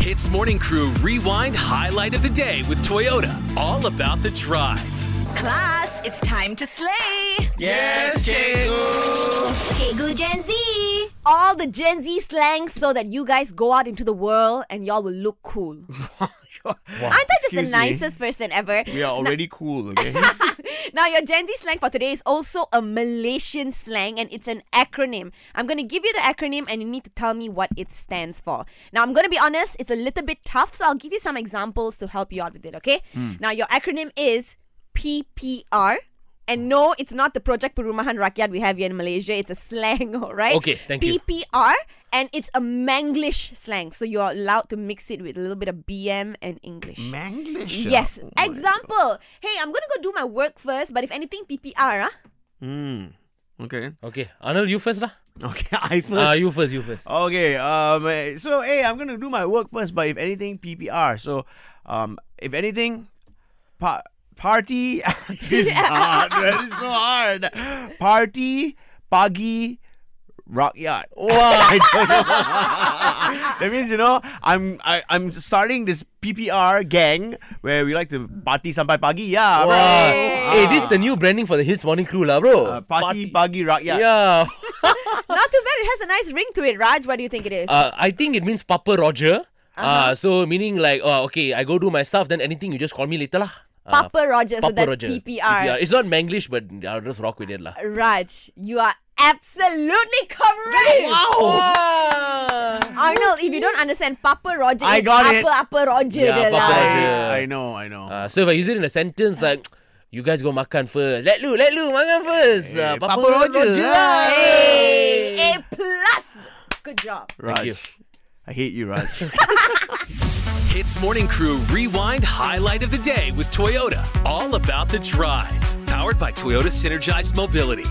Hits Morning Crew Rewind Highlight of the Day with Toyota. All about the drive. Class, it's time to slay. Yes, Jago. Cikgu Gen Z. All the Gen Z slang so that you guys go out into the world and y'all will look cool. Aren't I just the nicest person ever? We are already cool, okay? Now, your Gen Z slang for today is also a Malaysian slang and it's an acronym. I'm going to give you the acronym and you need to tell me what it stands for. Now, I'm going to be honest, it's a little bit tough, so I'll give you some examples to help you out with it, okay? Hmm. Now, your acronym is PPR. And no, it's not the Project Perumahan Rakyat we have here in Malaysia. It's a slang, all right? Okay, thank you. PPR, and it's a Manglish slang. So you're allowed to mix it with a little bit of BM and English. Manglish. Yes. Example. Hey, I'm gonna go do my work first, but if anything, PPR, huh? Mm. Okay. Okay, Anil, you first lah. Okay, I first. Ah, you first, you first. Okay. Um. eh, So, hey, I'm gonna do my work first, but if anything, PPR. So, um, if anything, pa- party. it's hard. man, It's so hard. Party, pagi, rockyard. Wow. I don't know. that means you know I'm I, I'm starting this PPR gang where we like to party sampai pagi. Yeah. wow. right. Ah. Hey, this is the new branding for the Hits Morning Crew lah, bro. Uh, party, pagi, rakyat. Yeah. Not too bad. It has a nice ring to it. Raj, what do you think it is? Uh, I think it means Papa Roger. uh so meaning like, uh, okay, I go do my stuff, then anything you just call me later lah. Uh, Papa Roger. so Papa that's Roger. PPR. It's not Manglish, but I'll just rock with it lah. Raj, you are absolutely correct. Wow. Arnold, if you don't understand, Papa Roger I is got Papa it. Papa Roger. Yeah, dia Papa lah. Roger. I, I know. I know. Uh, so if I use it in a sentence like, you guys go makan first. Let Lu, let Lu makan first. Uh, Eh, Papa Roger lah. Hey, A plus. Good job. Raj. you. I hate you, Raj. Hits Morning Crew Rewind Highlight of the Day with Toyota. All about the drive. Powered by Toyota Synergized Mobility.